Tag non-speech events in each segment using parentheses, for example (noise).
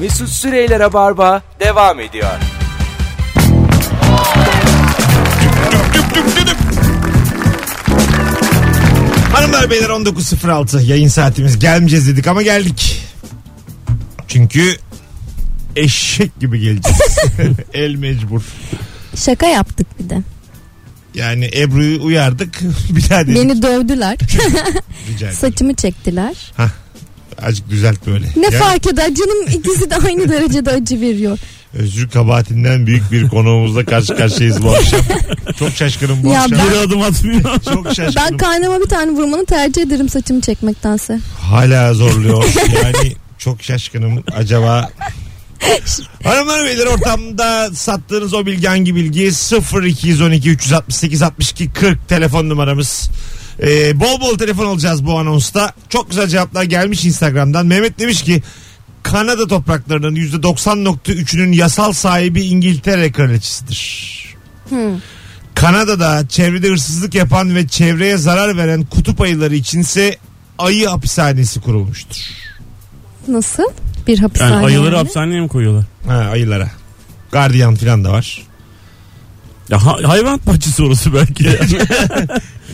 Mesut Süreyler'e barba devam ediyor. Hanımlar beyler 19.06 yayın saatimiz gelmeyeceğiz dedik ama geldik. Çünkü eşek gibi (laughs) geleceğiz. El mecbur. Şaka yaptık bir de. Yani Ebru'yu uyardık. (laughs) Bir daha dedik. Beni dövdüler. Rica ederim. Saçımı çektiler. Azıcık düzelt böyle. Ne Ya, fark eder canım ikisi de aynı derecede (laughs) acı veriyor. Özür kabahatinden büyük bir konuğumuzla karşı karşıyayız bu (laughs) akşam. Çok şaşkınım bu Ya akşam. Geri adım atmıyor. Çok Ben şaşkınım. karnıma bir tane vurmanı tercih ederim saçımı çekmektense. Hala zorluyor. Yani çok şaşkınım. Acaba Hanımlar beyler ortamda sattığınız o bilgi hangi bilgi 0212 368 62 40 telefon numaramız. Ee, bol bol telefon alacağız bu anonsta. Çok güzel cevaplar gelmiş Instagram'dan. Mehmet demiş ki Kanada topraklarının %90.3'ünün yasal sahibi İngiltere kraliçesidir. Kanada'da çevrede hırsızlık yapan ve çevreye zarar veren kutup ayıları içinse ayı hapishanesi kurulmuştur. Nasıl? Bir hapishane. Yani ayıları yani. hapishaneye mi koyuyorlar? Ha, ayılara. Gardiyan falan da var. Ya ha- hayvan bahçesi orası belki. (laughs)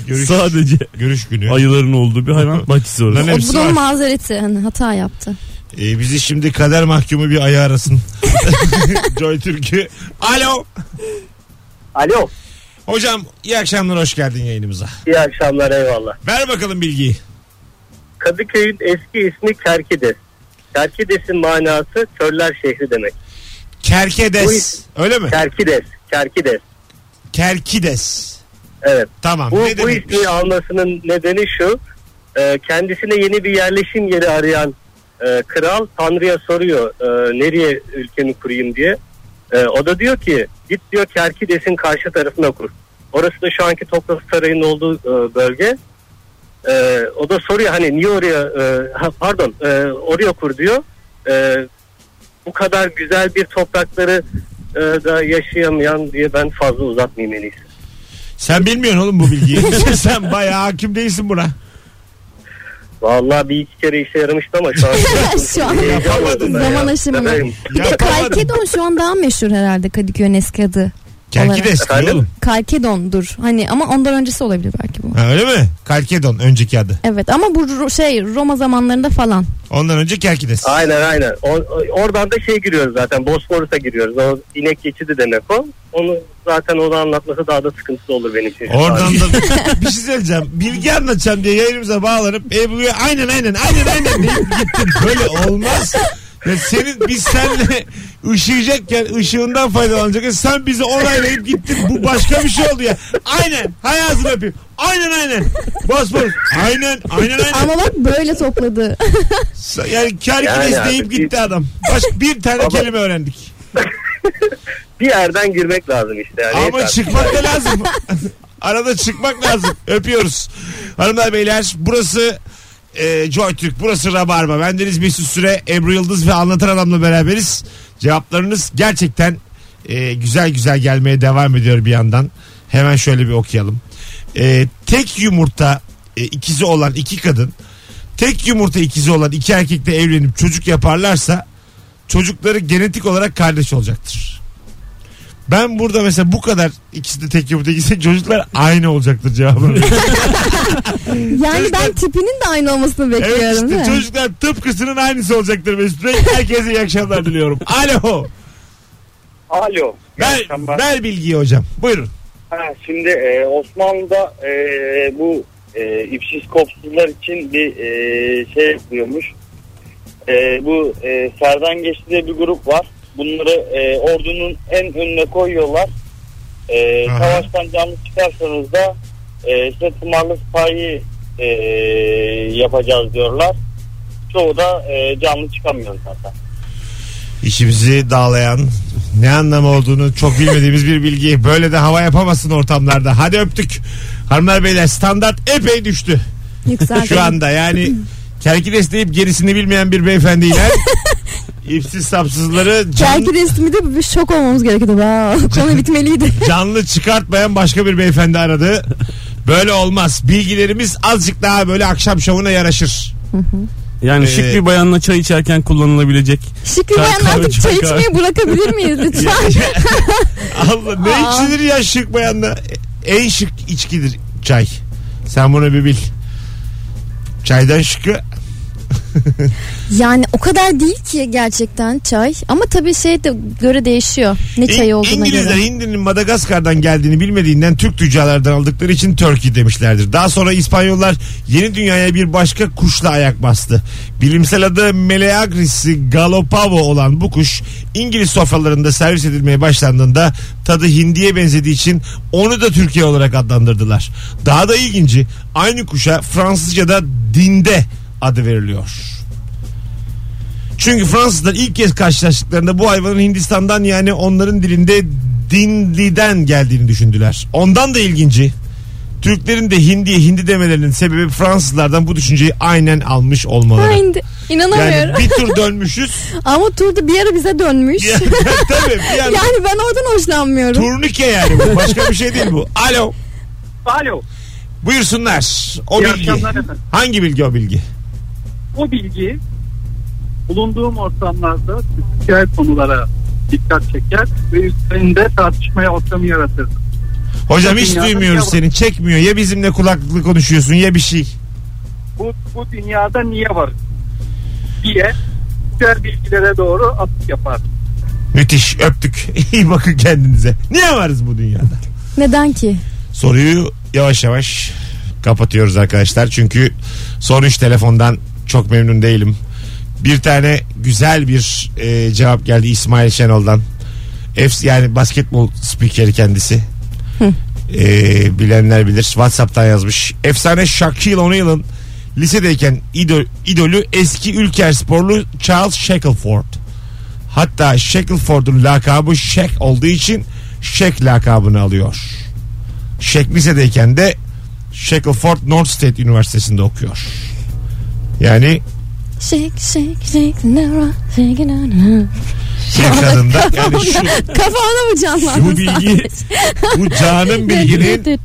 Görüş, Sadece görüş günü. ayıların olduğu bir hayvan bahçesi Lan orası. ne- O hepsi bunun var. mazereti hani hata yaptı. Ee, bizi şimdi kader mahkumu bir ayı arasın. (laughs) Joy Türk'ü. Alo. Alo. Hocam iyi akşamlar hoş geldin yayınımıza. İyi akşamlar eyvallah. Ver bakalım bilgiyi. Kadıköy'ün eski ismi Kerkides. Kerkides'in manası körler şehri demek. Kerkedes. Öyle mi? Kerkides. Kerkides. Kerkides. Evet. Tamam. Bu, ne bu demekmiş? ismi almasının nedeni şu. e, kendisine yeni bir yerleşim yeri arayan e, kral Tanrı'ya soruyor e, nereye ülkemi kurayım diye. E, o da diyor ki git diyor Kerkides'in karşı tarafına kur. Orası da şu anki Topkapı Sarayı'nın olduğu e, bölge. E, o da soruyor hani niye oraya e, ha, pardon e, oraya kur diyor. E, bu kadar güzel bir toprakları e, da yaşayamayan diye ben fazla uzatmayayım en iyisi. Sen bilmiyorsun oğlum bu bilgiyi. (laughs) (laughs) Sen bayağı hakim değilsin buna. Vallahi bir iki kere işe yaramıştı ama şu an (laughs) Şu an Yapamadın ben zaman ya. aşımı. Severim. Bir de Yapamadın. Kalkedon şu an daha meşhur herhalde Kadıköy'ün eski adı. Kerkides diyor Efendim? oğlum. Kalkedon'dur. Hani ama ondan öncesi olabilir belki bu. Ha, öyle mi? Kalkedon önceki adı. Evet ama bu Ro- şey Roma zamanlarında falan. Ondan önce Kerkides. Aynen aynen. O- oradan da şey giriyoruz zaten. Bosporus'a giriyoruz. O inek geçidi demek o. Onu zaten onu anlatması daha da sıkıntılı olur benim için. Oradan da (laughs) bir şey söyleyeceğim. Bilgi anlatacağım diye yayınımıza bağlanıp Ebru'ya aynen aynen aynen aynen deyip gittin. Böyle olmaz. Ya senin biz senle ışıyacakken ışığından faydalanacakken sen bizi onaylayıp gittin. Bu başka bir şey oldu ya. Aynen. Hay ağzını öpeyim. Aynen aynen. Bas bas. Aynen aynen aynen. Ama bak böyle (laughs) topladı. Yani kar Yani abi, deyip bir- gitti adam. Başka bir tane Ama- kelime öğrendik. Bir yerden girmek lazım işte. Yani Ama Neyse. çıkmak da lazım. (laughs) Arada çıkmak lazım. Öpüyoruz. Hanımlar beyler burası e, Joy Türk, burası Rabarba. Bendeniz Mesut Süre, Ebru Yıldız ve Anlatan Adam'la beraberiz. Cevaplarınız gerçekten e, güzel güzel gelmeye devam ediyor bir yandan. Hemen şöyle bir okuyalım. E, tek yumurta e, ikizi olan iki kadın, tek yumurta ikizi olan iki erkekle evlenip çocuk yaparlarsa çocukları genetik olarak kardeş olacaktır. Ben burada mesela bu kadar ikisi de tek yumurta ikisi de çocuklar aynı olacaktır (laughs) cevabını. Yani ben tipinin de aynı olmasını bekliyorum evet işte değil mi? çocuklar tıpkısının aynısı olacaktır Mesut Bey. Herkese iyi akşamlar diliyorum. Alo. Alo. iyi Ver, akşamlar. ver bilgiyi hocam. Buyurun. Ha, şimdi e, Osmanlı'da e, bu e, ipsiz kopsuzlar için bir e, şey yapılıyormuş. E, bu e, Serdan Geçti diye bir grup var. Bunları e, ordunun en önüne koyuyorlar. E, Aha. savaştan canlı çıkarsanız da e, işte tımarlı sipahi e, yapacağız diyorlar. Çoğu da e, canlı çıkamıyor zaten. İşimizi dağlayan ne anlamı olduğunu çok bilmediğimiz bir bilgi. Böyle de hava yapamazsın ortamlarda. Hadi öptük. Hanımlar beyler standart epey düştü. Yükseldi. Şu anda (laughs) yani kerki deyip gerisini bilmeyen bir beyefendiyle ipsiz sapsızları can, Belki resmi de bir şok olmamız gerekiyordu. Vay, (laughs) Konu bitmeliydi. canlı çıkartmayan başka bir beyefendi aradı. Böyle olmaz. Bilgilerimiz azıcık daha böyle akşam şovuna yaraşır. Yani Ee, şık bir bayanla çay içerken kullanılabilecek. Şık bir Çay bayan kahve, artık çay çay kahve. içmeyi (laughs) bırakabilir miyiz lütfen? Allah ne Aa. içilir ya şık bayanda? En şık içkidir çay. Sen bunu bir bil. Çaydan şıkı yani o kadar değil ki gerçekten çay. Ama tabii şey de göre değişiyor. Ne İn- çayı olduğuna İngilizler göre. Hindi'nin Madagaskar'dan geldiğini bilmediğinden Türk tüccarlardan aldıkları için Turkey demişlerdir. Daha sonra İspanyollar yeni dünyaya bir başka kuşla ayak bastı. Bilimsel adı Meleagrisi galopavo olan bu kuş İngiliz sofralarında servis edilmeye başlandığında tadı hindiye benzediği için onu da Türkiye olarak adlandırdılar. Daha da ilginci aynı kuşa Fransızca'da dinde adı veriliyor. Çünkü Fransızlar ilk kez karşılaştıklarında bu hayvanın Hindistan'dan yani onların dilinde Dindi'den geldiğini düşündüler. Ondan da ilginci Türklerin de Hindi'ye Hindi demelerinin sebebi Fransızlardan bu düşünceyi aynen almış olmaları. Ay, indi- inanamıyorum. Yani bir tur (laughs) dönmüşüz. Ama turda bir ara bize dönmüş. Ya, tabii bir yandan yani ben oradan hoşlanmıyorum. turnike yani bu. Başka bir şey değil bu. Alo. Alo. Buyursunlar. O İyi bilgi. akşamlar efendim. Hangi bilgi o bilgi? O bilgi bulunduğum ortamlarda sosyal konulara dikkat çeker ve üstlerinde tartışmaya ortamı yaratır. Hocam hiç Dünyada duymuyoruz ya- seni. Çekmiyor. Ya bizimle kulaklıklı konuşuyorsun ya bir şey. Bu, bu dünyada niye var diye güzel bilgilere doğru atıp yapar. Müthiş öptük. (laughs) İyi bakın kendinize. Niye varız bu dünyada? Neden ki? Soruyu yavaş yavaş kapatıyoruz arkadaşlar. Çünkü son üç telefondan çok memnun değilim. Bir tane güzel bir e, cevap geldi İsmail Şenol'dan. Efs yani basketbol spikeri kendisi. E, bilenler bilir. Whatsapp'tan yazmış. Efsane Shaquille O'Neal'ın lisedeyken idol, idolü eski ülker sporlu Charles Shackleford. Hatta Shackleford'un lakabı Shaq olduğu için Shaq lakabını alıyor. Şek lisedeyken de Shackleford North State Üniversitesi'nde okuyor. (laughs) Yani Shake shake shake Nara shake Nara. bir kadında yani şu, Kafana mı canlandı? bu bilgi bu (laughs) canın bilginin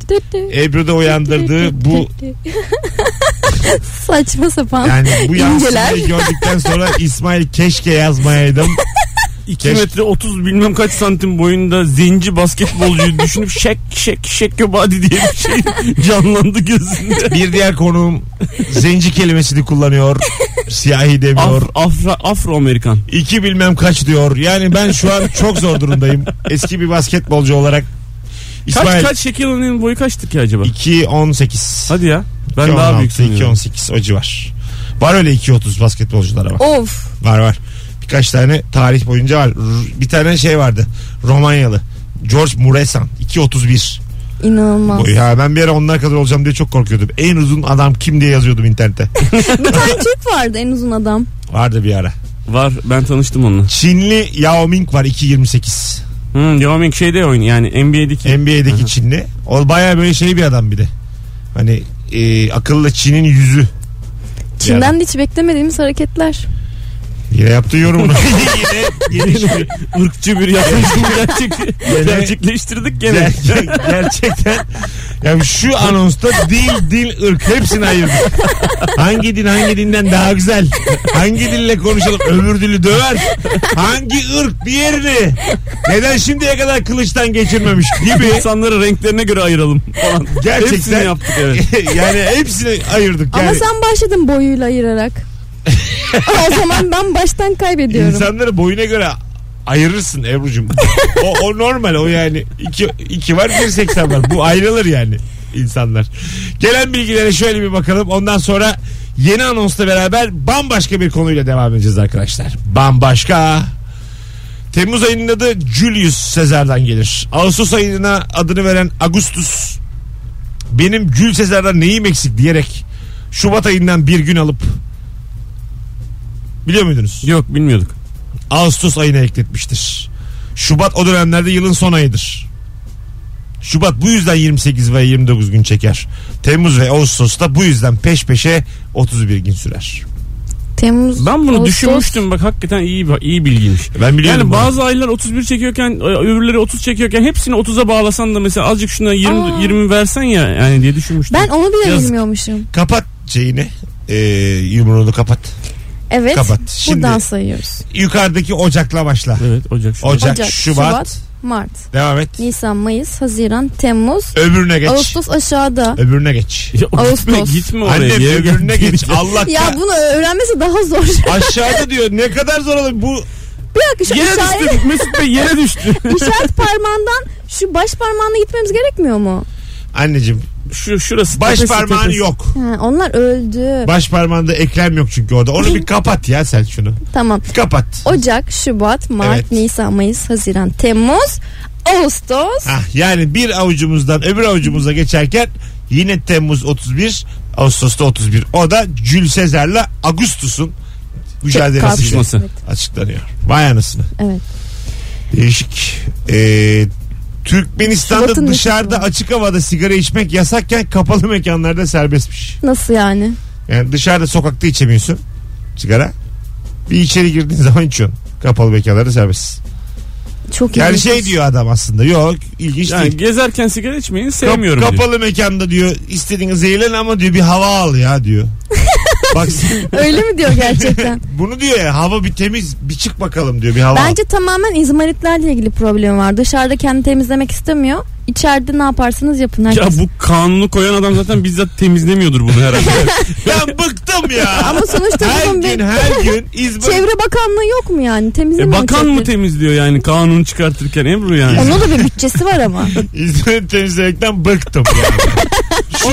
Ebru'da uyandırdığı bu (laughs) saçma sapan yani bu İnceler. yansımayı gördükten sonra İsmail keşke yazmayaydım. 2 Keşke- metre 30 bilmem kaç santim boyunda zenci basketbolcuyu düşünüp (laughs) şek şek şek göbadi diye bir şey canlandı gözünde. Bir diğer konuğum zenci kelimesini kullanıyor. Siyahi demiyor. Af, afra, Afro Amerikan. İki bilmem kaç diyor. Yani ben şu an çok zor durumdayım. Eski bir basketbolcu olarak Kaç İsmail kaç şekil onun boyu kaçtı ki acaba? 2.18. Hadi ya. Ben daha büyük sanıyorum. 2.18 o civar. Var öyle 2.30 basketbolculara bak. of Var var. Birkaç tane tarih boyunca var. R- Bir tane şey vardı. Romanyalı. George Muresan. 2.31 inanılmaz boyu. Ya ben bir ara onlar kadar olacağım diye çok korkuyordum. En uzun adam kim diye yazıyordum internette. bir tane Türk vardı en uzun adam Vardı bir ara. Var ben tanıştım onunla. Çinli Yao Ming var 2.28. Hmm, Yao Ming şeyde oynuyor yani NBA'deki. NBA'deki Çinli. O baya böyle şey bir adam bir de. Hani e, akıllı Çin'in yüzü. Çin'den de hiç beklemediğimiz hareketler Yine yaptığı (laughs) yorumunu. yine geniş bir- ırkçı bir yaklaşımı (laughs) gerçek, Gene- gerçekleştirdik gene. Ger- gerçekten yani şu anonsta dil, dil, ırk hepsini ayırdık. Hangi din hangi dinden daha güzel? Hangi dille konuşalım? Öbür dili döver. Hangi ırk diğerini? Neden şimdiye kadar kılıçtan geçirmemiş gibi. İnsanları renklerine göre ayıralım falan. Gerçekten. Hepsini yaptık evet. (laughs) yani hepsini ayırdık. ama Yani sen başladın (laughs) boyuyla ayırarak o zaman ben baştan kaybediyorum insanları boyuna göre ayırırsın Ebru'cum. O, o normal o yani. 2 iki var 1.80 var. Bu ayrılır yani insanlar. Gelen bilgilere şöyle bir bakalım. Ondan sonra yeni anonsla beraber bambaşka bir konuyla devam edeceğiz arkadaşlar. Bambaşka. Temmuz ayının adı Julius Sezar'dan gelir. Ağustos ayına adını veren Augustus benim Jül Sezar'dan neyim eksik diyerek Şubat ayından bir gün alıp biliyor muydunuz? Yok bilmiyorduk. Ağustos ayına ekletmiştir. Şubat o dönemlerde yılın son ayıdır. Şubat bu yüzden 28 ve 29 gün çeker. Temmuz ve Ağustos da bu yüzden peş peşe 31 gün sürer. Temmuz Ben bunu Ağustos. düşünmüştüm bak hakikaten iyi iyi bilgiymiş. Ben biliyorum. Yani bunu. bazı aylar 31 çekiyorken e, öbürleri 30 çekiyorken hepsini 30'a bağlasan da mesela azıcık şuna 20, Aa. 20 versen ya yani diye düşünmüştüm. ben onu bile Yazık. bilmiyormuşum kapat şeyini. e, yumruğunu kapat. Evet. Kapat. Şimdi- Buradan sayıyoruz. Yukarıdaki ocakla başla. Evet Ocak. Şubat. Ocak, Ocak, Şubat, Şubat, Mart, Devam et. Nisan, Mayıs, Haziran, Temmuz, Öbürüne geç. Ağustos aşağıda. Öbürüne geç. (laughs) Ya, gitme, Ağustos. gitme oraya. Anne Yere öbürüne gel- geç. Allah Ya ya, bunu öğrenmesi daha zor. (laughs) Aşağıda diyor ne kadar zor olur bu Bir dakika şu Yere işaret, düştü. Mesut Bey yere düştü. (laughs) işaret parmağından şu baş parmağına gitmemiz gerekmiyor mu? anneciğim Şu şurası. baş tepesi, parmağın tepesi. yok. Ha, onlar (laughs) öldü. Baş parmağında eklem yok çünkü orada. Onu bir kapat ya sen şunu. tamam. Kapat. Ocak, Şubat, Mart, Evet. Nisan, Mayıs, Haziran, Temmuz, Ağustos. Ah, yani bir avucumuzdan öbür avucumuza geçerken yine Temmuz 31, Ağustos'ta 31. O da Jül Sezer'le Ağustos'un mücadelesi Çarpışması. açıklanıyor. Vay anasını. Evet. Değişik. Ee, Türkmenistan'da Şubat'ın nesi dışarıda var? açık havada sigara içmek yasakken kapalı mekanlarda serbestmiş. Nasıl yani? Yani dışarıda sokakta içemiyorsun sigara. Bir içeri girdiğin zaman içiyorsun. Kapalı mekanlarda serbest. Çok Yani ilginç. şey diyor adam aslında. Yok ilginç Yani değil. gezerken sigara içmeyin Kap- sevmiyorum diyor. kapalı mekanda diyor istediğiniz eğlen ama diyor bir hava al ya (laughs) diyor. Bak Öyle mi diyor gerçekten? (laughs) bunu diyor ya hava bir temiz bir çık bakalım diyor bir hava al. Bence tamamen izmaritlerle ilgili problem var. Dışarıda kendi temizlemek istemiyor. İçeride ne yaparsanız yapın. Ya Herkes. bu kanunu koyan adam zaten bizzat temizlemiyordur bunu herhalde. Ben bıktım ya. (laughs) Ama sonuçta her bunun bir gün her (laughs) gün İzmir. çevre bakanlığı yok mu yani? e, Temizleme bakan mı uçakları? temizliyor yani kanunu çıkartırken Ebru yani? Onun da bir bütçesi (laughs) var ama. İzmir temizlemekten bıktım (laughs) yani.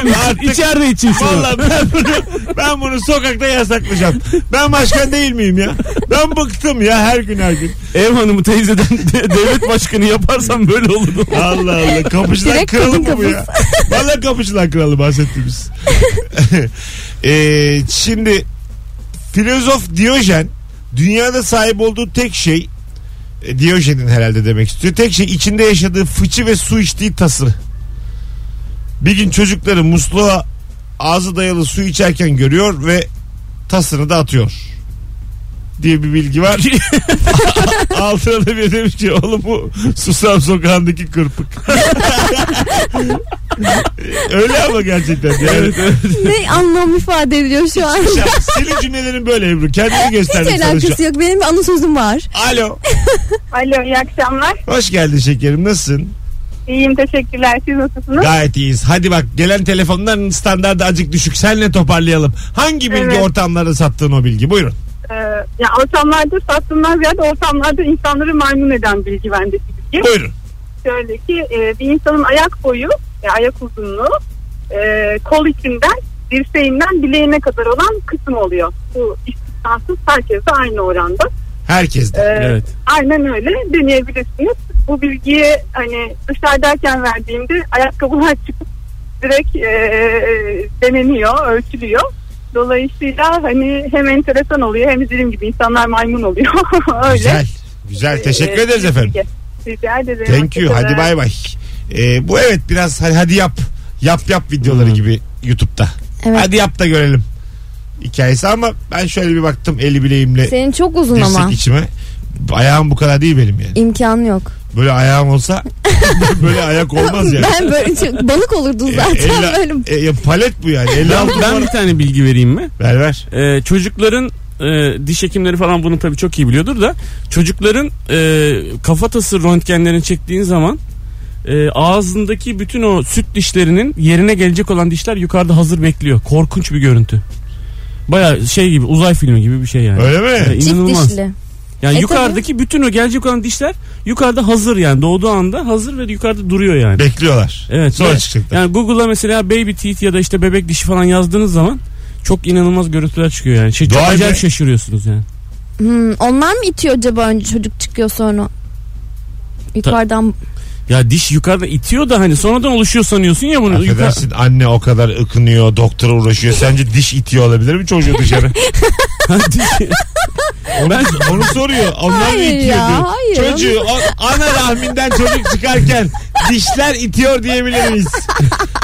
Şunu artık İçeride için şunu. Vallahi ben bunu, ben bunu sokakta yasaklayacağım. Ben başkan değil miyim ya? Ben bıktım ya her gün her gün. Ev hanımı teyzeden (laughs) de- devlet başkanı yaparsam böyle olurdu. Allah Allah. Kapıcılar Direkt kralı kadın mı bu ya? (laughs) Valla kapıcılar kralı bahsettiğimiz. Ee, şimdi filozof Diyojen dünyada sahip olduğu tek şey e, Diyojen'in herhalde demek istiyor. Tek şey içinde yaşadığı fıçı ve su içtiği tası. Bir gün çocukları musluğa ağzı dayalı su içerken görüyor ve tasını da atıyor diye bir bilgi (laughs) var. (laughs) Altına da bir demiş ki oğlum bu Susam Sokağı'ndaki kırpık. Öyle ama gerçekten. Yani. ne anlam ifade ediyor şu an? Ya Senin cümlelerin böyle Ebru. Kendini Hiç gösterdin sana şu an. alakası yok. Benim bir anı sözüm var. Alo. Alo iyi akşamlar. Hoş geldin şekerim. Nasılsın? İyiyim teşekkürler. Siz nasılsınız? Gayet iyiyiz. Hadi bak gelen telefonların standardı acık düşük. Senle toparlayalım. Hangi bilgi Evet. ortamlarda sattığın o bilgi? Buyurun. Ee, ya ortamlarda sattığımdan ziyade ortamlarda insanları maymun eden bilgi bendeki bilgi. Buyurun. Şöyle ki e, bir insanın ayak boyu, e, ayak uzunluğu e, kol içinden dirseğinden bileğine kadar olan kısım oluyor. Bu istisnasız herkeste aynı oranda. Herkes de. Ee, Evet. Aynen öyle deneyebilirsiniz. Bu bilgiyi hani dışarıdayken verdiğimde ayakkabılar çıkıp direkt e, deneniyor, ölçülüyor. Dolayısıyla hani hem enteresan oluyor hem dediğim gibi insanlar maymun oluyor. (laughs) öyle. Güzel. Güzel. Teşekkür Ee, ederiz efendim. Rica ederim. Thank you. Hoşçakalın. Hadi bay bay. Ee, bu evet biraz hadi, hadi yap. Yap yap videoları Hmm. gibi YouTube'da. Evet. Hadi yap da görelim. Hikayesi ama ben şöyle bir baktım eli bileğimle Senin çok uzun ama. dirsek içime. Ayağım bu kadar değil benim yani. İmkanı yok. Böyle ayağım olsa (laughs) böyle ayak olmaz yani. Ben böyle (laughs) çok- balık olurdu zaten. E, elli- böyle e, ya palet bu yani. 56 Ben, ben bir tane bilgi vereyim mi? Ver ver. Ee, çocukların e, diş hekimleri falan bunu tabii çok iyi biliyordur da çocukların e, kafatası röntgenlerini çektiğin zaman e, ağzındaki bütün o süt dişlerinin yerine gelecek olan dişler yukarıda hazır bekliyor. Korkunç bir görüntü. Baya şey gibi uzay filmi gibi bir şey yani. Öyle mi? Ee, çift inanılmaz. dişli. Yani E, yukarıdaki bütün o gelecek olan dişler yukarıda hazır yani doğduğu anda hazır ve yukarıda duruyor yani. Bekliyorlar. Evet. Sonra ve- çıkacaklar. Yani Google'a mesela baby teeth ya da işte bebek dişi falan yazdığınız zaman çok inanılmaz görüntüler çıkıyor yani. Şey, çok Vay be. acayip şaşırıyorsunuz yani. Hmm, onlar mı itiyor acaba önce çocuk çıkıyor sonra? Yukarıdan Ya diş yukarıda itiyor da hani sonradan oluşuyor sanıyorsun ya bunu. Yukarı... Affedersin anne o kadar ıkınıyor, doktora uğraşıyor. Sence diş itiyor olabilir mi çocuğu (laughs) dışarı? (laughs) Ha, diş- ben Onu soruyor. Onlar mı Hayır itiyor ya, diyor. hayır. Çocuğu o- ana rahminden çocuk çıkarken dişler itiyor diyebilir miyiz?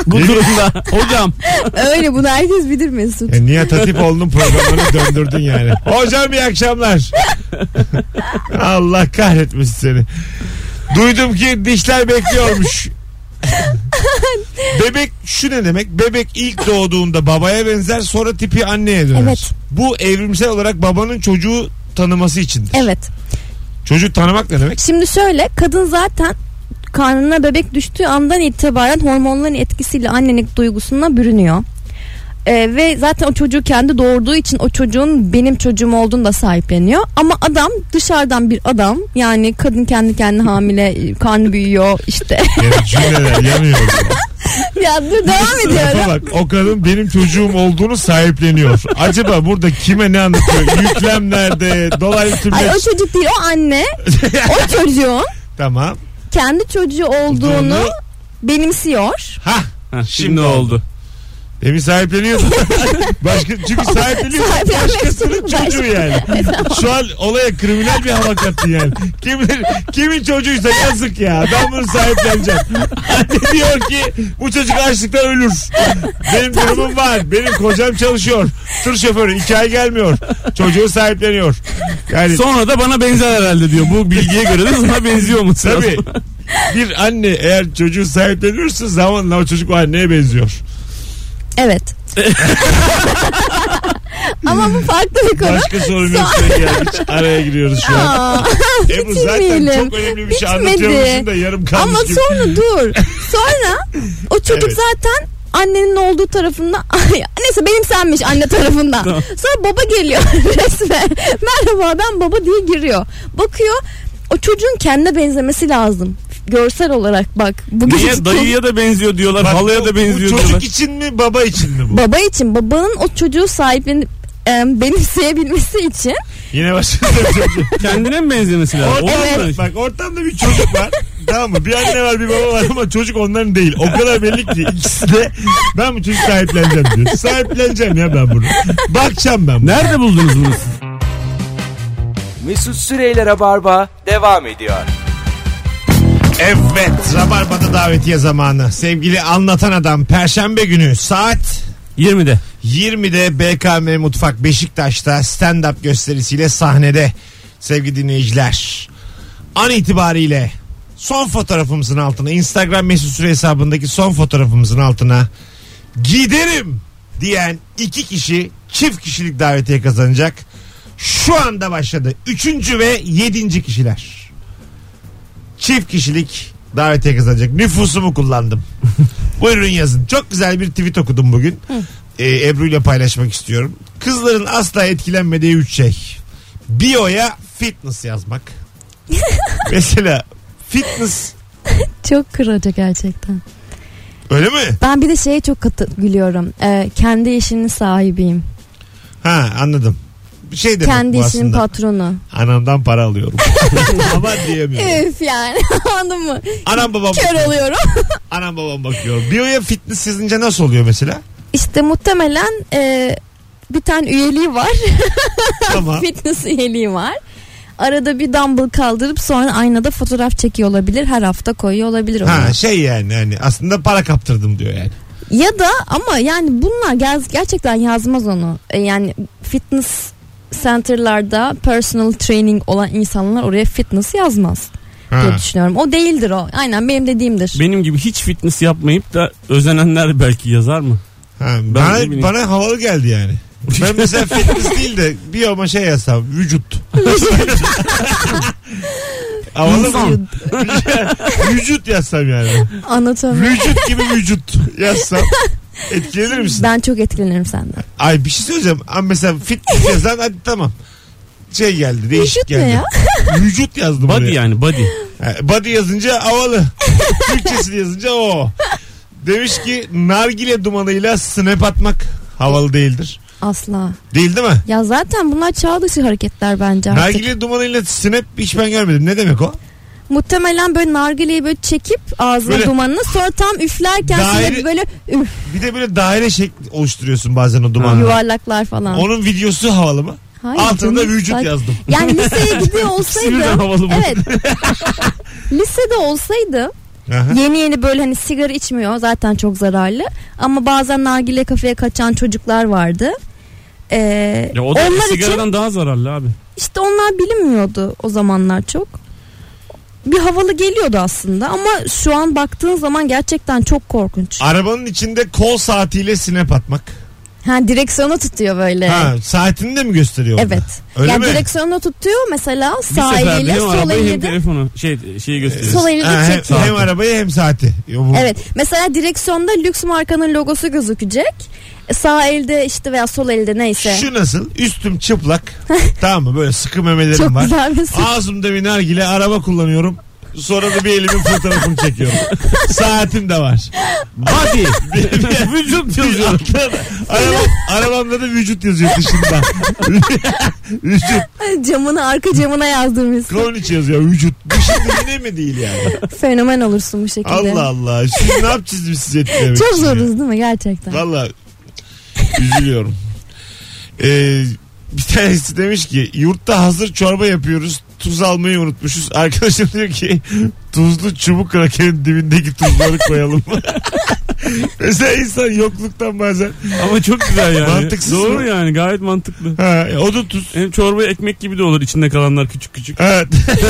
bu durumda hocam öyle bunu herkes bilir Mesut. E, Nihat Hatipoğlu'nun programını döndürdün yani. Hocam iyi akşamlar. (laughs) (laughs) Allah kahretmiş seni. Duydum ki dişler bekliyormuş. Bebek şu ne demek? Bebek ilk doğduğunda babaya benzer sonra tipi anneye döner. Evet. Bu evrimsel olarak babanın çocuğu tanıması içindir. Evet. Çocuğu tanımak ne demek? (laughs) Şimdi şöyle kadın zaten karnına bebek düştüğü andan itibaren hormonların etkisiyle annelik duygusuna bürünüyor. Ee, ve zaten o çocuğu kendi doğurduğu için o çocuğun benim çocuğum olduğunu da sahipleniyor. Ama adam dışarıdan bir adam yani kadın kendi kendine hamile e, karnı büyüyor işte. Yani cümleler yanıyor. ya dur devam ediyorum. Lafa bak o kadın benim çocuğum olduğunu sahipleniyor. Acaba burada kime ne anlatıyor? Yüklem nerede? Dolaylı Ay o tümleç. çocuk değil o anne o çocuğun tamam. kendi çocuğu olduğunu Doğru. benimsiyor. Ha. Ha, Şimdi şimdi oldu. Demin sahipleniyor. Başka, çünkü sahipleniyor. Sahiplenmek Başkasının için çocuğu yani. Şu an olaya kriminal bir hava kattın yani. Kim, kimin çocuğuysa yazık ya. Ben bunu sahipleneceğim. Anne diyor ki bu çocuk açlıkta ölür. Benim durumum var. Benim kocam çalışıyor. Tır şoförü. iki ay gelmiyor. Çocuğu sahipleniyor. Yani Sonra da bana benzer herhalde diyor. Bu bilgiye göre de sana benziyor mu? Tabii. Bir anne eğer çocuğu sahipleniyorsa zamanla o çocuk o anneye benziyor. Evet. Ama bu farklı bir konu. Başka sorun yok. Sen gelmiş. Araya giriyoruz şu an. Aa, Ebru zaten Bitirmeyelim. çok önemli bir şey Bitmedi. anlatıyormuşsun da yarım kalmış Ama gibi. sonra dur. Sonra o çocuk Evet. zaten annenin olduğu tarafında neyse benimsenmiş anne tarafından. Sonra baba geliyor (laughs) resmen. Merhaba ben baba diye giriyor. Bakıyor o çocuğun kendine benzemesi lazım. Görsel olarak bak. Bugün (laughs) Niye dayıya da benziyor diyorlar, Bak, halaya bu- da benziyor Bu diyorlar. çocuk için mi baba için mi bu? Baba için babanın o çocuğu sahiplenip em, (laughs) benimseyebilmesi için Yine (laughs) başladı bir çocuk. Kendine mi benzemesi lazım? Olur mu? şey? Ortamda, bak ortamda bir çocuk var. tamam mı? Bir anne var bir baba var ama çocuk onların değil. O kadar belli ki ikisi de ben bu çocuğu sahipleneceğim diyor. Sahipleneceğim ya ben bunu. Bakacağım ben buna. Nerede buldunuz bunu? siz? Mesut Süreyler'e barba devam ediyor. Evet Rabarba'da davetiye zamanı. Sevgili anlatan adam Perşembe günü saat 20'de. 20'de BKM Mutfak Beşiktaş'ta stand-up gösterisiyle sahnede sevgili dinleyiciler. An itibariyle son fotoğrafımızın altına Instagram mesut süre hesabındaki son fotoğrafımızın altına giderim diyen iki kişi çift kişilik davetiye kazanacak. Şu anda başladı. Üçüncü ve yedinci kişiler. Çift kişilik davetiye kazanacak. Nüfusumu kullandım. Buyurun yazın. Çok güzel bir tweet okudum bugün. Ee, Ebru ile paylaşmak istiyorum. Kızların asla etkilenmediği üç şey. Bio'ya fitness (laughs) yazmak. Mesela fitness çok kırıcı gerçekten. öyle mi? Ben bir de şeye çok katı gülüyorum. Ee, kendi işinin sahibiyim. Ha anladım. Bir şey demek kendi bu işinin aslında. patronu. Anamdan para (laughs) alıyorum. Aman diyemiyorum. Üf yani (laughs) anladın mı? Anam babam Kör oluyorum. (laughs) anam babam bakıyor. Bio'ya fitness yazınca nasıl oluyor (laughs) mesela? İşte muhtemelen e, bir tane üyeliği var. Tamam. (laughs) Fitness üyeliği var. Arada bir dumbbell kaldırıp sonra aynada fotoğraf çekiyor olabilir. Her hafta koyuyor olabilir onu. Ha şey yani hani aslında para kaptırdım diyor yani. Ya da ama yani bunlar gel- gerçekten yazmaz onu. E, yani fitness center'larda personal training olan insanlar oraya fitness yazmaz diye Ha. düşünüyorum. O değildir o. Aynen benim dediğimdir. Benim gibi hiç fitness yapmayıp da özenenler belki yazar mı? Ha, Ben ne bana, bileyim. bana havalı geldi yani. (laughs) Ben mesela fitness değil de biyoma şey yazsam (laughs) vücut. havalı mı? (laughs) İnsan. vücut yazsam yani. Anlatamam. Vücut gibi vücut yazsam etkilenir misin? Ben çok etkilenirim senden. Ay bir şey söyleyeceğim. Ama mesela fitness yazan hadi tamam. Şey geldi değişik Vücut ne geldi. ya? (laughs) Vücut yazdım Body oraya. yani body. Ha, Body yazınca havalı. Türkçesini yazınca o. Demiş ki nargile dumanıyla snap atmak havalı değildir. Asla. Değil değil mi? Ya zaten bunlar çağ dışı hareketler bence artık. Nargile dumanıyla snap hiç ben görmedim. Ne demek o? Muhtemelen böyle nargileyi böyle çekip ağzına Böyle- dumanını sonra tam üflerken Daire- sürekli böyle üf, Bir de böyle daire şekli oluşturuyorsun bazen o dumanla. yuvarlaklar falan. Onun videosu havalı mı? Hayır, Altına da canım, vücut bak- yazdım. Yani (laughs) liseye gidiyor Sinirden olsaydım. havalı bu. (laughs) evet. Lisede olsaydım Aha. yeni yeni böyle hani sigara içmiyor zaten çok zararlı ama bazen nargile kafeye kaçan çocuklar vardı. Ee, Ya o da onlar için sigaradan daha zararlı abi. işte onlar bilinmiyordu o zamanlar çok. bir havalı geliyordu aslında ama şu an baktığın zaman gerçekten çok korkunç. Arabanın içinde kol saatiyle sinep atmak. Ha direksiyonu tutuyor böyle. Ha, saatini de mi gösteriyor? orada? Evet. Öyle yani mi? direksiyonu tutuyor mesela Bir sağ sefer eliyle hem sol arabayı hem eliyle de telefonu şey, Ee, şeyi gösteriyor. sol eliyle Ha, hem, çekiyor. hem arabayı hem saati. Yo, bu- Evet. Mesela direksiyonda lüks markanın logosu gözükecek. E, Sağ elde işte veya sol elde neyse. Şu nasıl? Üstüm çıplak. (laughs) tamam mı? Böyle sıkı memelerim Çok var. güzel bir ses. Ağzımda bir nargile araba kullanıyorum. Sonra da bir elimin fotoğrafını (laughs) çekiyorum. Saatim de var. Body. (laughs) Vücut yazıyor. Araba, arabamda da vücut yazıyor dışında. (laughs) vücut. (laughs) Camına arka camına yazdığımız. Kroniç yazıyor vücut. Dışında yine mi değil yani? Fenomen olursun bu şekilde. Allah Allah. Şimdi ne yapacağız biz sizi etkilemek Çok için ya? zoruz değil mi gerçekten? Valla üzülüyorum. Ee, bir tanesi demiş ki yurtta hazır çorba yapıyoruz. Tuz almayı unutmuşuz. Arkadaşım diyor ki tuzlu çubuk krakerin dibindeki tuzları koyalım. (laughs) Mesela insan yokluktan bazen. Ama çok güzel yani. Mantıksız Doğru mı? yani gayet mantıklı. Ha, e, o da tuz. Hem çorba ekmek gibi de olur içinde kalanlar küçük küçük. Evet. (laughs)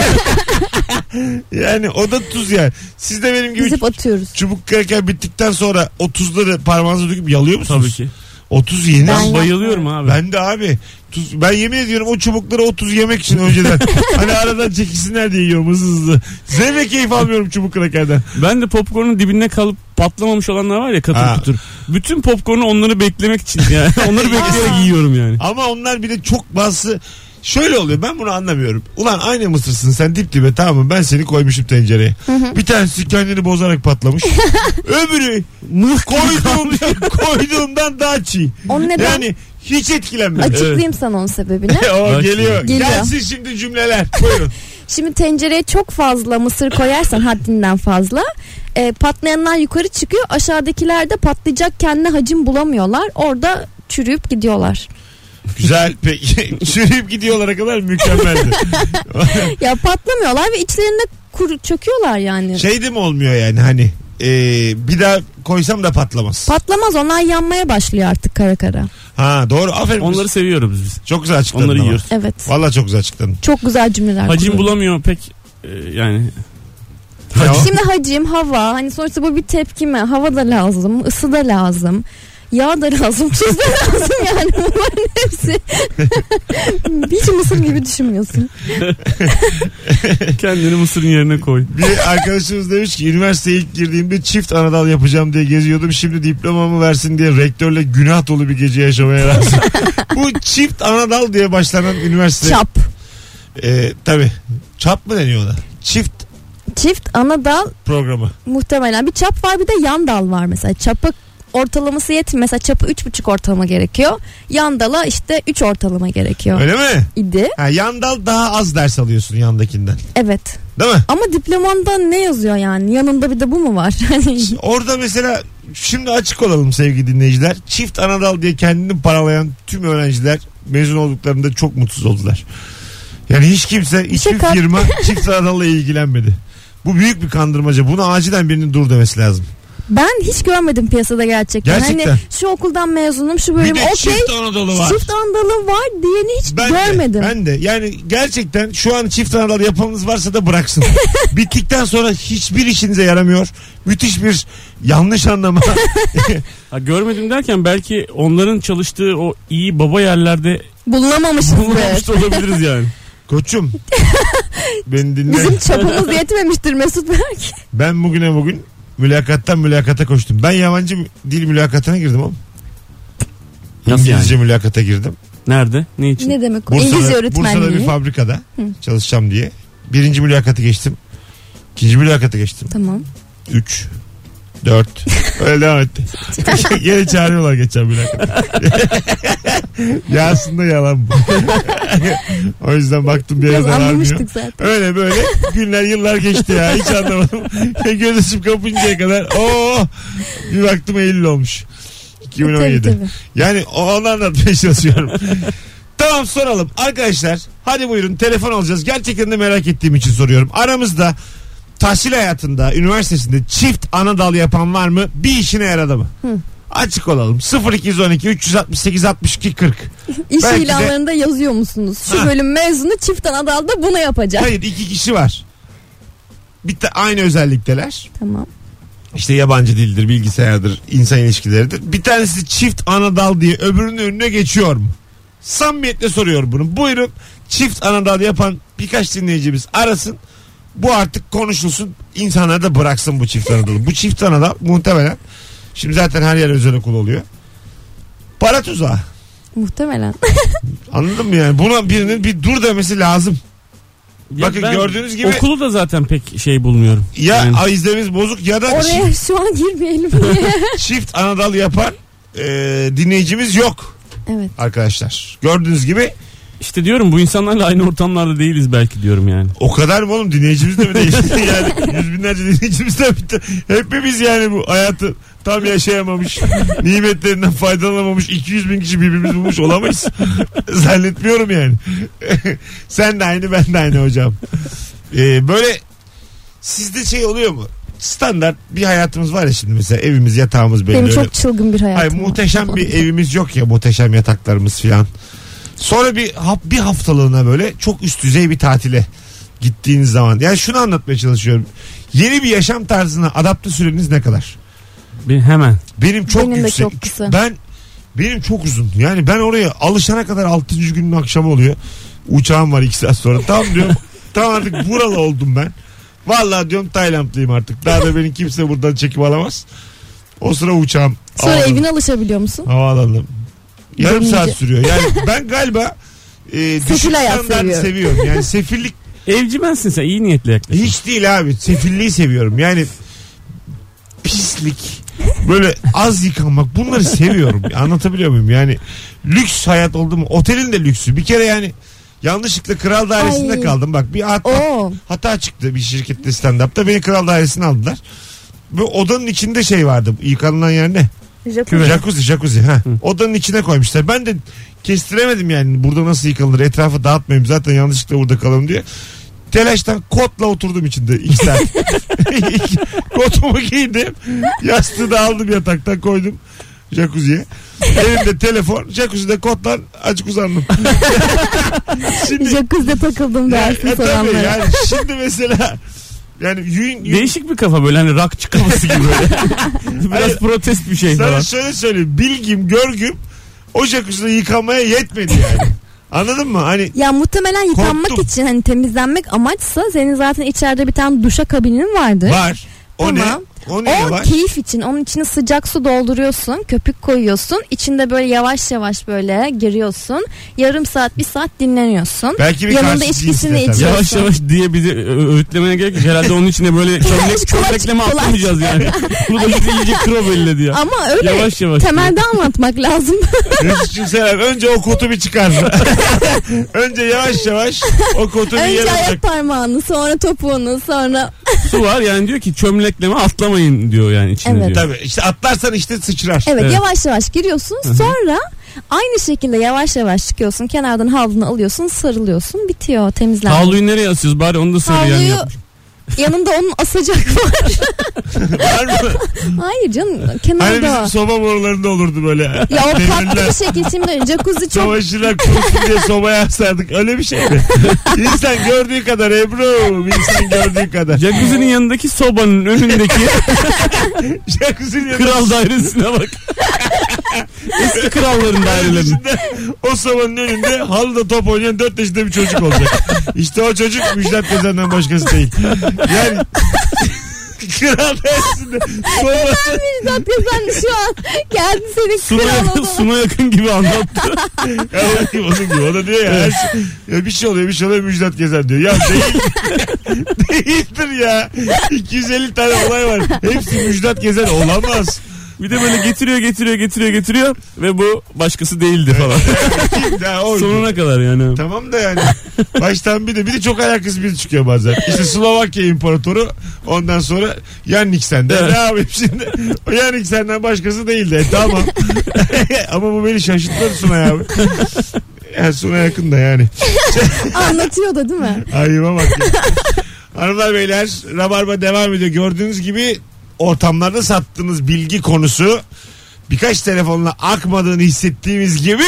yani o da tuz yani. Siz de benim gibi Biz hep atıyoruz. çubuk kraker bittikten sonra o tuzları parmağınıza döküp yalıyor musunuz? Tabii ki. O tuz yenir. Ben- Ben bayılıyorum abi. Ben de abi tuz, ben yemin ediyorum o çubukları o tuz yemek için önceden. hani aradan çekilsinler diye yiyorum hızlı hızlı. Zevk keyif almıyorum çubuk krakerden. Ben de popcornun dibinde kalıp patlamamış olanlar var ya katır Ha. kutur. Bütün popcornu onları beklemek için (laughs) yani. onları bekleyerek yiyorum yani. Ama onlar bir de çok bazı Şöyle oluyor ben bunu anlamıyorum. Ulan aynı mısırsın sen dip dibe tamam mı ben seni koymuşum tencereye. bir tanesi kendini bozarak patlamış. Öbürü koyduğum, (laughs) koyduğumdan daha çiğ. Onun neden? Yani hiç etkilenmedi. Açıklayayım (laughs) sana (laughs) onun sebebini. o Bak geliyor. şimdi. Geliyor. Gelsin şimdi cümleler. (laughs) Buyurun. Şimdi tencereye çok fazla mısır koyarsan haddinden fazla e, patlayanlar yukarı çıkıyor. Aşağıdakiler de patlayacak kendine hacim bulamıyorlar. Orada çürüyüp gidiyorlar. Güzel peki. (laughs) Çürüyüp gidiyorlara kadar mükemmeldi. ya patlamıyorlar ve içlerinde kuru çöküyorlar yani. Şey de mi olmuyor yani hani e, bir daha koysam da patlamaz. Patlamaz onlar yanmaya başlıyor artık kara kara. ha doğru aferin. Onları seviyoruz biz. çok güzel açıkladın Onları ama. yiyoruz. Evet. Valla çok güzel açıkladın. Çok güzel cümleler. Hacim kuruyor. bulamıyor pek e, (laughs) yani. Ya, Şimdi hacim, hava hani sonuçta bu bir tepkime. Hava da lazım, ısı da lazım. Yağ da lazım, tuz da lazım (laughs) yani bunların hepsi. (laughs) Hiç mısır gibi düşünmüyorsun. Kendini mısırın yerine koy. bir arkadaşımız demiş ki üniversiteye ilk girdiğimde çift anadal yapacağım diye geziyordum. Şimdi diplomamı versin diye rektörle günah dolu bir gece yaşamaya lazım. Bu çift anadal diye başlanan üniversite. Çap. E, tabii. Çap mı deniyor ona? Çift Çift ana dal programı. muhtemelen bir çap var bir de yan dal var mesela. Çapa ortalaması yetmiyor. Mesela çapı 3,5 ortalama gerekiyor. Yan dala işte 3 ortalama gerekiyor. Öyle mi? idi. Ha, yandal daha az ders alıyorsun yandakinden. Evet. Değil mi? Ama diplomanda ne yazıyor yani? Yanında bir de bu mu var? (laughs) Hani Orada mesela şimdi açık olalım sevgili dinleyiciler. Çift anadal diye kendini paralayan tüm öğrenciler mezun olduklarında çok mutsuz oldular. Yani hiç kimse, hiçbir kat- firma çift anadalla ilgilenmedi. Bu büyük bir kandırmaca. Bunu acilen birinin dur demesi lazım. ben hiç görmedim piyasada gerçekten. Gerçekten. Hani şu okuldan mezunum, şu bölüm bir de okey. çift anadolu var. Çift andalı var diyeni hiç Ben görmedim. De, ben de. Yani gerçekten şu an çift anadal yapanınız varsa da (laughs) bıraksın. Bittikten sonra hiçbir işinize yaramıyor. Müthiş bir yanlış (laughs) anlama. Ha, görmedim derken belki onların çalıştığı o iyi baba (laughs) yerlerde bulmamış Bulunamamışızdır. da olabiliriz yani. Koçum. Beni dinle. Bizim çapımız yetmemiştir (laughs) Mesut belki. Ben bugüne bugün mülakattan mülakata koştum. Ben yabancı dil mülakatına girdim oğlum. (laughs) Nasıl yani? İngilizce mülakata girdim. Nerede? Ne için? ne demek o? İngilizce Bursa'da, Bursa'da bir öğretmenliği. fabrikada çalışacağım diye. Birinci mülakatı geçtim. İkinci mülakata geçtim. Tamam. Üç. (laughs) Dört. Öyle devam etti. Yine çağırıyorlar geçen mülakata. (laughs) ya aslında yalan bu. (laughs) o yüzden baktım bir Biraz yerden almıyor. anlamıştık zaten. Öyle böyle günler yıllar geçti ya hiç (laughs) anlamadım. Göz açıp kapıncaya kadar ooo bir baktım Eylül olmuş. 2017. E, Tabii, tabii. Yani o- onu anlatmaya çalışıyorum. tamam soralım arkadaşlar hadi buyurun telefon alacağız. Gerçekten de merak ettiğim için soruyorum. Aramızda tahsil hayatında üniversitesinde çift ana dal yapan var mı? Bir işine yaradı mı? Açık olalım. 0212 368 62 40. İş Belki de- ilanlarında yazıyor musunuz? Şu Ha. Eh. bölüm mezunu çift anadalda bunu yapacak. Hayır iki kişi var. Bir ta- aynı özellikteler. Tamam. İşte yabancı dildir, bilgisayardır, insan ilişkileridir. Bir tanesi çift anadal diye öbürünün önüne geçiyor mu? Samimiyetle soruyorum bunu. Buyurun çift anadal yapan birkaç dinleyicimiz arasın. Bu artık konuşulsun. İnsanlar da bıraksın bu çift anadalı. bu çift anadal muhtemelen şimdi zaten her yer özel okul oluyor. Para tuzağı. Muhtemelen. Anladın mı yani? Buna birinin bir dur demesi lazım. Ya Bakın ben gördüğünüz gibi- Okulu da zaten pek şey bulmuyorum. Ya Yani- aizdemiz bozuk ya da Oraya şu an girmeyelim (laughs) diye. çift anadal yapan e, dinleyicimiz yok evet. arkadaşlar. Gördüğünüz gibi İşte diyorum bu insanlarla aynı ortamlarda değiliz belki diyorum yani. o kadar mı oğlum dinleyicimiz de mi (laughs) değil? (laughs) yani yüz binlerce dinleyicimiz de bitti. Hepimiz yani bu hayatı tam (laughs) yaşayamamış, nimetlerinden faydalanamamış 200 bin kişi birbirimizi bulmuş (laughs) olamayız. Zannetmiyorum yani. (laughs) Sen de aynı ben de aynı hocam. E, böyle sizde şey oluyor mu? Standart bir hayatımız var ya şimdi mesela evimiz yatağımız belli. Benim öyle- çok çılgın bir Ay hayatım var. muhteşem bir evimiz yok ya muhteşem yataklarımız filan. Sonra bir hap bir haftalığına böyle çok üst düzey bir tatile gittiğiniz zaman. Yani şunu anlatmaya çalışıyorum. Yeni bir yaşam tarzına adapte süreniz ne kadar? Bir hemen. Benim çok Benim de yüksek. çok kısa. Ben benim çok uzun. Yani ben oraya alışana kadar 6. günün akşamı oluyor. Uçağım var 2 saat sonra. Tam (laughs) diyorum. tam artık buralı oldum ben. Vallahi diyorum Taylandlıyım artık. Daha da beni kimse buradan çekip alamaz. O sıra uçağım. Sonra havaalanı- evine alışabiliyor musun? Havaalanı. Yarım Dönünce. saat sürüyor. (laughs) Yani ben galiba e, düşük hayat standart seviyorum. seviyorum. Yani (laughs) sefillik Evcimensin sen iyi niyetle yaklaş. hiç değil abi. Sefilliği seviyorum. Yani pislik böyle az yıkanmak bunları seviyorum. Anlatabiliyor muyum? Yani lüks hayat oldu mu? Otelin de lüksü. Bir kere yani yanlışlıkla kral dairesinde Ay. kaldım. Bak bir hata, Oo. hata çıktı bir şirkette stand-up'ta. Beni kral dairesine aldılar. Ve odanın içinde şey vardı. Yıkanılan yer ne? Jacuzzi. Jacuzzi jacuzzi. Ha. Odanın içine koymuşlar. Ben de kestiremedim yani burada nasıl yıkanılır etrafı dağıtmayayım zaten yanlışlıkla burada kalalım diye. Telaştan kotla oturdum içinde iki saat. İki- Kotumu giydim. Yastığı da aldım yataktan koydum. Jacuzziye. Elimde telefon. Jacuzzi'de kotlar açık uzandım. şimdi, Jacuzzi'de takıldım yani, dersin E, tabii soranlara. yani şimdi mesela yani yün, yün- Değişik bir kafa böyle hani rock kafası gibi (laughs) böyle. Biraz Hayır. protest bir şey Sana falan. şöyle söyleyeyim. Bilgim, görgüm o jacuzzi'de yıkamaya yetmedi yani. Anladın mı? Hani Ya muhtemelen yıkanmak Korktum. için hani temizlenmek amaçsa senin zaten içeride bir tane duşa kabinin vardı. var. O Tamam. ne? O ne O var? keyif için onun içine sıcak su dolduruyorsun köpük koyuyorsun içinde böyle yavaş yavaş böyle giriyorsun yarım saat bir saat dinleniyorsun. Belki bir Yanında karşı içkisini cinsten tabii. içiyorsun. Yavaş yavaş diye bizi ö- öğütlemene gerek yok. Herhalde onun içine (laughs) böyle çömlek, Kulaç, çömlekleme kulaç. atlamayacağız (laughs) yani. Bunu da bizi iyice kro belledi ya. Ama öyle Yavaş yavaş. temelde (laughs) anlatmak lazım. Mesut'cum selam. Önce o kotu bir çıkar. (laughs) Önce yavaş yavaş o kotu bir yere Önce bırak. ayak parmağını sonra topuğunu sonra Su var yani diyor ki çömlekleme atlamayın diyor yani içine Evet. diyor. Tabii işte atlarsan işte sıçrar. Evet, Evet. yavaş yavaş giriyorsun. Sonra aynı şekilde yavaş yavaş çıkıyorsun. Kenardan havlunu alıyorsun, sarılıyorsun. Bitiyor, temizlendi. Havluyu nereye asıyoruz bari onu da söyle yani. Havluyu yanında onun asacak var. Var mı? Hayır canım, Hani kenarda. bizim soba borularında olurdu böyle. Ya o Demirler. tatlı bir şekilde şimdi jacuzzi çok Çamaşırlar kurusun diye sobaya asardık. Öyle bir şey mi? İnsan gördüğü kadar Ebru. İnsan gördüğü kadar. Jacuzzi'nin yanındaki (laughs) sobanın önündeki Jacuzzi'nin yanında (laughs) kral dairesine (laughs) bak. Eski kralların dairelerinin. Şimdi o sobanın önünde halıda top oynayan 4 yaşında bir çocuk olacak. İşte o çocuk Müjdat Gezen'den başkası değil. Yani (laughs) kral dersinde soba, Müjdat Gezen şu an geldi senin Suna, kral yakın, odana. suna yakın gibi anlattı. Ya onun gibi o da diyor ya, her şey- ya bir şey oluyor bir şey oluyor Müjdat Gezen diyor. Ya değil, (laughs) değildir ya. 250 tane olay var. Hepsi Müjdat Gezen olamaz. Bir de böyle getiriyor getiriyor getiriyor getiriyor ve bu başkası değildi (laughs) falan. Kim daha oydu? Sonuna kadar yani. Tamam da yani. Baştan bir de bir de çok alakasız biri çıkıyor bazen. İşte Slovakya imparatoru ondan sonra Yannick senden. Evet. Ne yapayım şimdi? O Yannick senden başkası değil de. (laughs) Tamam. (laughs) Ama bu beni şaşırtmadı Sunay abi. Yani Sunay yakın da yani. Anlatıyor da değil mi? Ayıma bak ya. (laughs) Hanımlar beyler Rabarba devam ediyor. Gördüğünüz gibi ortamlarda sattığınız bilgi konusu birkaç telefonla akmadığını hissettiğimiz gibi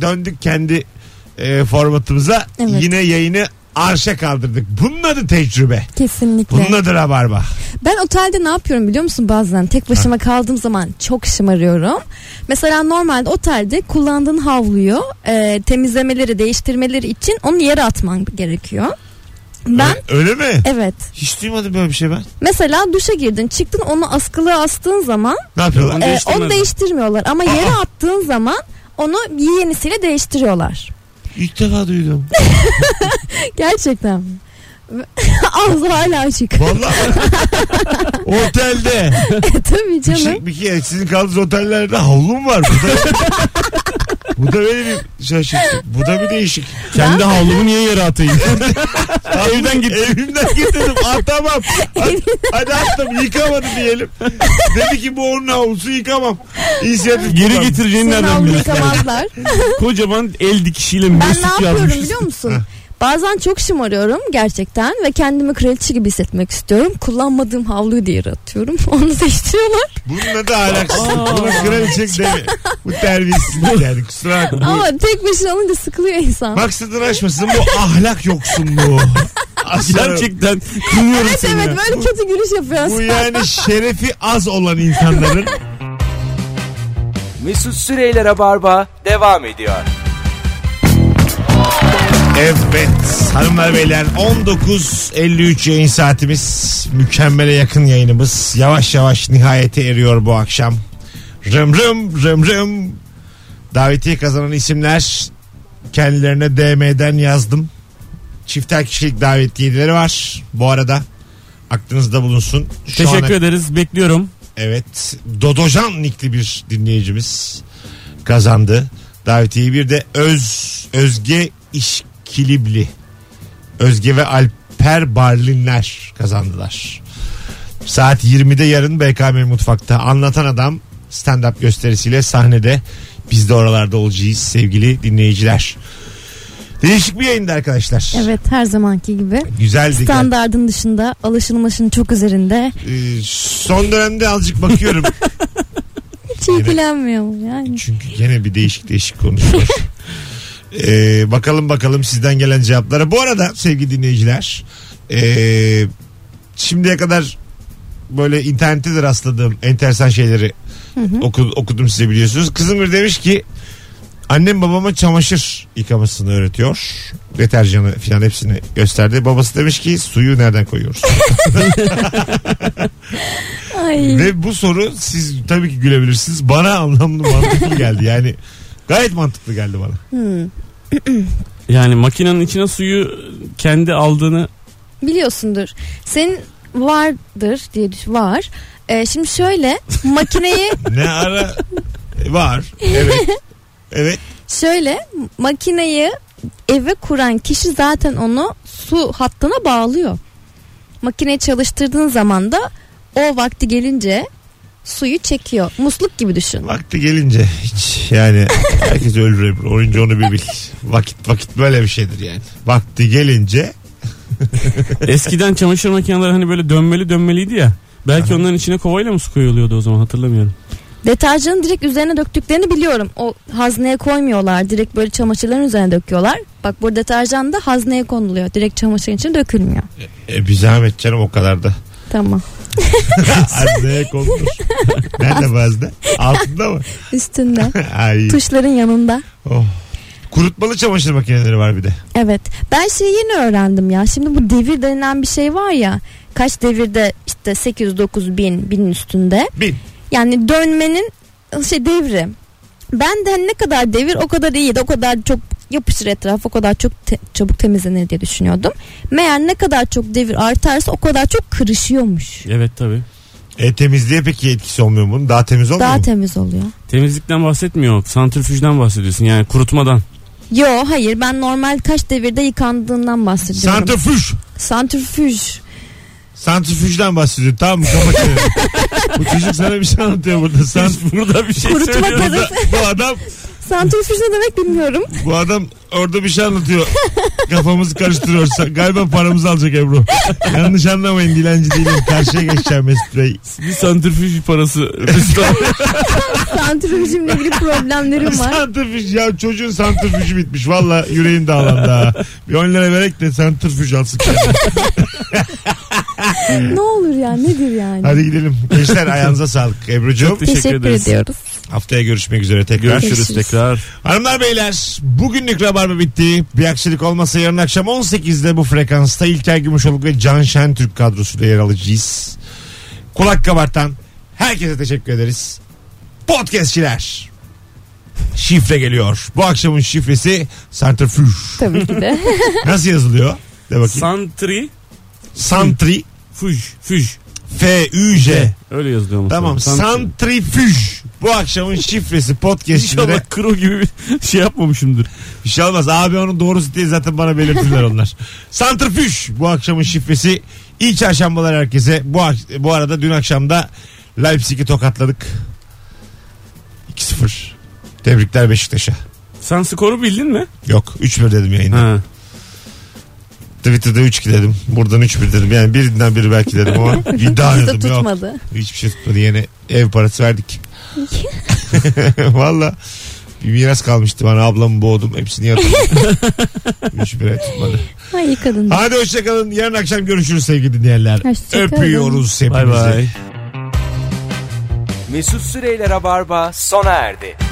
döndük kendi e, formatımıza. Evet. Yine yayını arşa kaldırdık. Bunun adı tecrübe. Kesinlikle. Bunun adı (laughs) rabarba. Ben otelde ne yapıyorum biliyor musun bazen? Tek başıma kaldığım zaman çok şımarıyorum. Mesela normalde otelde kullandığın havluyu e, temizlemeleri, değiştirmeleri için onu yere atman gerekiyor. Ben Öyle mi? evet. Hiç duymadım böyle bir şey ben. Mesela duşa girdin, çıktın onu askılığa astığın zaman Ne e, yapıyorlar? Onu değiştirmezler. onu değiştirmiyorlar (laughs) ama yere attığın zaman onu bir yenisiyle değiştiriyorlar. İlk defa duydum. Gerçekten. (laughs) Ağzı hala açık. (laughs) Vallahi Otelde. E, Tabii Bir, canım. şey, bir kere sizin kaldığınız otellerde havlu mu var? Bu da, (laughs) bu da beni bir şaşırttı. Bu da bir değişik. Kendi havlumu niye yere (laughs) atayım? Evden gittim. Evimden getirdim. Atamam. Hadi, hadi attım. Yıkamadım diyelim. Dedi ki bu onun havlusu yıkamam. İnisiyatif Geri kullan. getireceğini Senin nereden havlunu biliyorsun? yıkamazlar. (laughs) Kocaman el dikişiyle Ben mesut ne yapıyorum yazmış. biliyor musun? Bazen çok şımarıyorum gerçekten ve kendimi kraliçe gibi hissetmek istiyorum. Kullanmadığım havluyu da yere atıyorum. (laughs) Onu değiştiriyorlar. Bununla da alaksız. Aa. Buna kraliçek deme. Bu terbiyesizlik yani. Kusura bakma. Ama tek başına olunca sıkılıyor insan. Maksadını aşmasın bu ahlak yoksunluğu. Aslanım. Gerçekten kınıyorum evet seni evet ya. böyle kötü gülüş Bu yapıyorsun. yani şerefi az olan insanların Mesut Süreyler'e barba devam ediyor. Evet hanımlar beyler 19.53 yayın saatimiz mükemmele yakın yayınımız yavaş yavaş nihayete eriyor bu akşam. Rım rım rım rım davetiye kazanan isimler kendilerine DM'den yazdım. Çifter kişilik davetiyeleri var bu arada aklınızda bulunsun. Şu ana- Teşekkür ederiz. Bekliyorum. Evet. Dodojan nikli bir dinleyicimiz kazandı davetiyi. Bir de Öz Özge İşkilibli. Özge ve Alper Barlinler kazandılar. Saat 20'de yarın BKM Mutfak'ta anlatan adam stand-up gösterisiyle sahnede biz de oralarda olacağız sevgili dinleyiciler. Değişik bir yayında arkadaşlar. Evet her zamanki gibi. Güzeldi. Standardın dışında alışılmışın çok üzerinde. Ee, son dönemde azıcık bakıyorum. Hiç ilgilenmiyor mu yani? Çünkü gene bir değişik değişik konuşuyor. Ee, bakalım bakalım sizden gelen cevaplara. Bu arada sevgili dinleyiciler ee, şimdiye kadar böyle internette de rastladığım enteresan şeyleri oku- okudum size biliyorsunuz. Kızım bir demiş ki annem babama çamaşır yıkamasını öğretiyor. Deterjanı filan hepsini gösterdi. Babası demiş ki suyu nereden koyuyoruz? Ay. Ve bu soru siz tabii ki gülebilirsiniz. Bana anlamlı mantıklı geldi. Yani gayet mantıklı geldi bana. Hmm. Yani makinenin içine suyu kendi aldığını Biliyorsundur. Senin vardır diye düş var. Ee, şimdi şöyle makineyi Ne ara E, var. Evet. Evet. Şöyle makineyi eve kuran kişi zaten onu su hattına bağlıyor. Makineyi çalıştırdığın zaman da o vakti gelince suyu çekiyor. Musluk gibi düşün. Vakti gelince hiç yani herkes ölür Ebru. Oyuncu onu bir bil. Vakit vakit böyle bir şeydir yani. Vakti gelince (laughs) eskiden çamaşır makineleri hani böyle dönmeli dönmeliydi ya. Belki onların içine kovayla mı su koyuluyordu o zaman hatırlamıyorum. Deterjanı direkt üzerine döktüklerini biliyorum. O hazneye koymuyorlar. Direkt böyle çamaşırların üzerine döküyorlar. Bak bu deterjan da hazneye konuluyor. Direkt çamaşırın içine dökülmüyor. e, bir zahmet canım o kadar (laughs) da. Tamam. Aznaya konulur. Nerede bu azne? Altında mı? (laughs) Üstünde. Ay. Tuşların yanında. Oh. Kurutmalı çamaşır makineleri var bir de. Evet. Ben şeyi yeni öğrendim ya. Şimdi bu devir denilen bir şey var ya. Kaç devirde işte 800 9 bin binin üstünde. Bin. Yani dönmenin şey devri. Ben de hani ne kadar devir o kadar iyiydi. O kadar çok yapışır etraf o kadar çok te- çabuk temizlenir diye düşünüyordum. Meğer ne kadar çok devir artarsa o kadar çok kırışıyormuş. Evet tabi. E, temizliğe peki etkisi olmuyor mu? bunun? Daha temiz olmuyor Daha mu? temiz oluyor. Temizlikten bahsetmiyor. Santrifüjden bahsediyorsun yani kurutmadan. Yo hayır ben normal kaç devirde yıkandığından bahsediyorum. Santrifüj. Santrifüj. Santrifüjden bahsediyor. Tamam mı? Kapatıyorum. Bu çocuk sana bir şey anlatıyor burada. Sant (laughs) Burada bir şey Kurutma söylüyoruz. karısı. bu adam Santrifüj ne demek bilmiyorum. Bu adam orada bir şey anlatıyor. Kafamızı karıştırıyorsa. Galiba paramızı alacak Ebru. Yanlış anlamayın dilenci değilim. Karşıya geçeceğim Mesut Bey. Bir santrifüj (laughs) parası. Santrifüjümle ilgili problemlerim var. Santrifüj ya çocuğun santrifüjü bitmiş. Valla yüreğim dağlandı ha. Bir 10 lira vererek de santrifüj alsın. kendine. ne olur ya nedir yani? Hadi gidelim. Gençler ayağınıza sağlık Ebru'cuğum. Teşekkür Teşekkür ederiz. ediyoruz. Haftaya görüşmek üzere tekrar. Görüşürüz Görüşürüz. tekrar. Hanımlar beyler bugünlük rabarba bitti. Bir aksilik olmasa yarın akşam 18'de bu frekansta İlker Gümüşoluk ve Can Şentürk kadrosuyla yer alacağız. Kulak kabartan herkese teşekkür ederiz. Podcastçiler. Şifre geliyor. Bu akşamın şifresi santrifüj. Tabii ki (laughs) de. Nasıl yazılıyor? De bakayım. Santri Santri Fuj. Fuj. F Ü J. Öyle yazılıyor mu? Tamam. Santrifüj. Bu akşamın şifresi podcastçilere İnşallah kro gibi bir şey yapmamışımdır. Bir şey olmaz. Abi onun doğrusu değil zaten bana belirtirler onlar. Santrifüj bu akşamın şifresi. İyi çarşambalar herkese. Bu, ak- bu arada dün akşam da Leipzig'i tokatladık. 2-0. Tebrikler Beşiktaş'a. Sen skoru bildin mi? Yok 3-1 dedim yayında. Ha. Twitter'da 3-2 dedim. Buradan 3-1 dedim. Yani birinden biri belki dedim ama iddia Bizi de dedim. Yok. tutmadı. Hiçbir şey tutmadı. Yeni ev parası verdik. Valla bir miras kalmıştı bana. Ablamı boğdum. Hepsini yatırdım. 3-1'e tutmadı. Ay iyi kadın. Hadi hoşçakalın. Yarın akşam görüşürüz sevgili dinleyenler. Hoşçakalın. Öpüyoruz hepinizi. Bay bay. Mesut Süreyler'e barba sona erdi.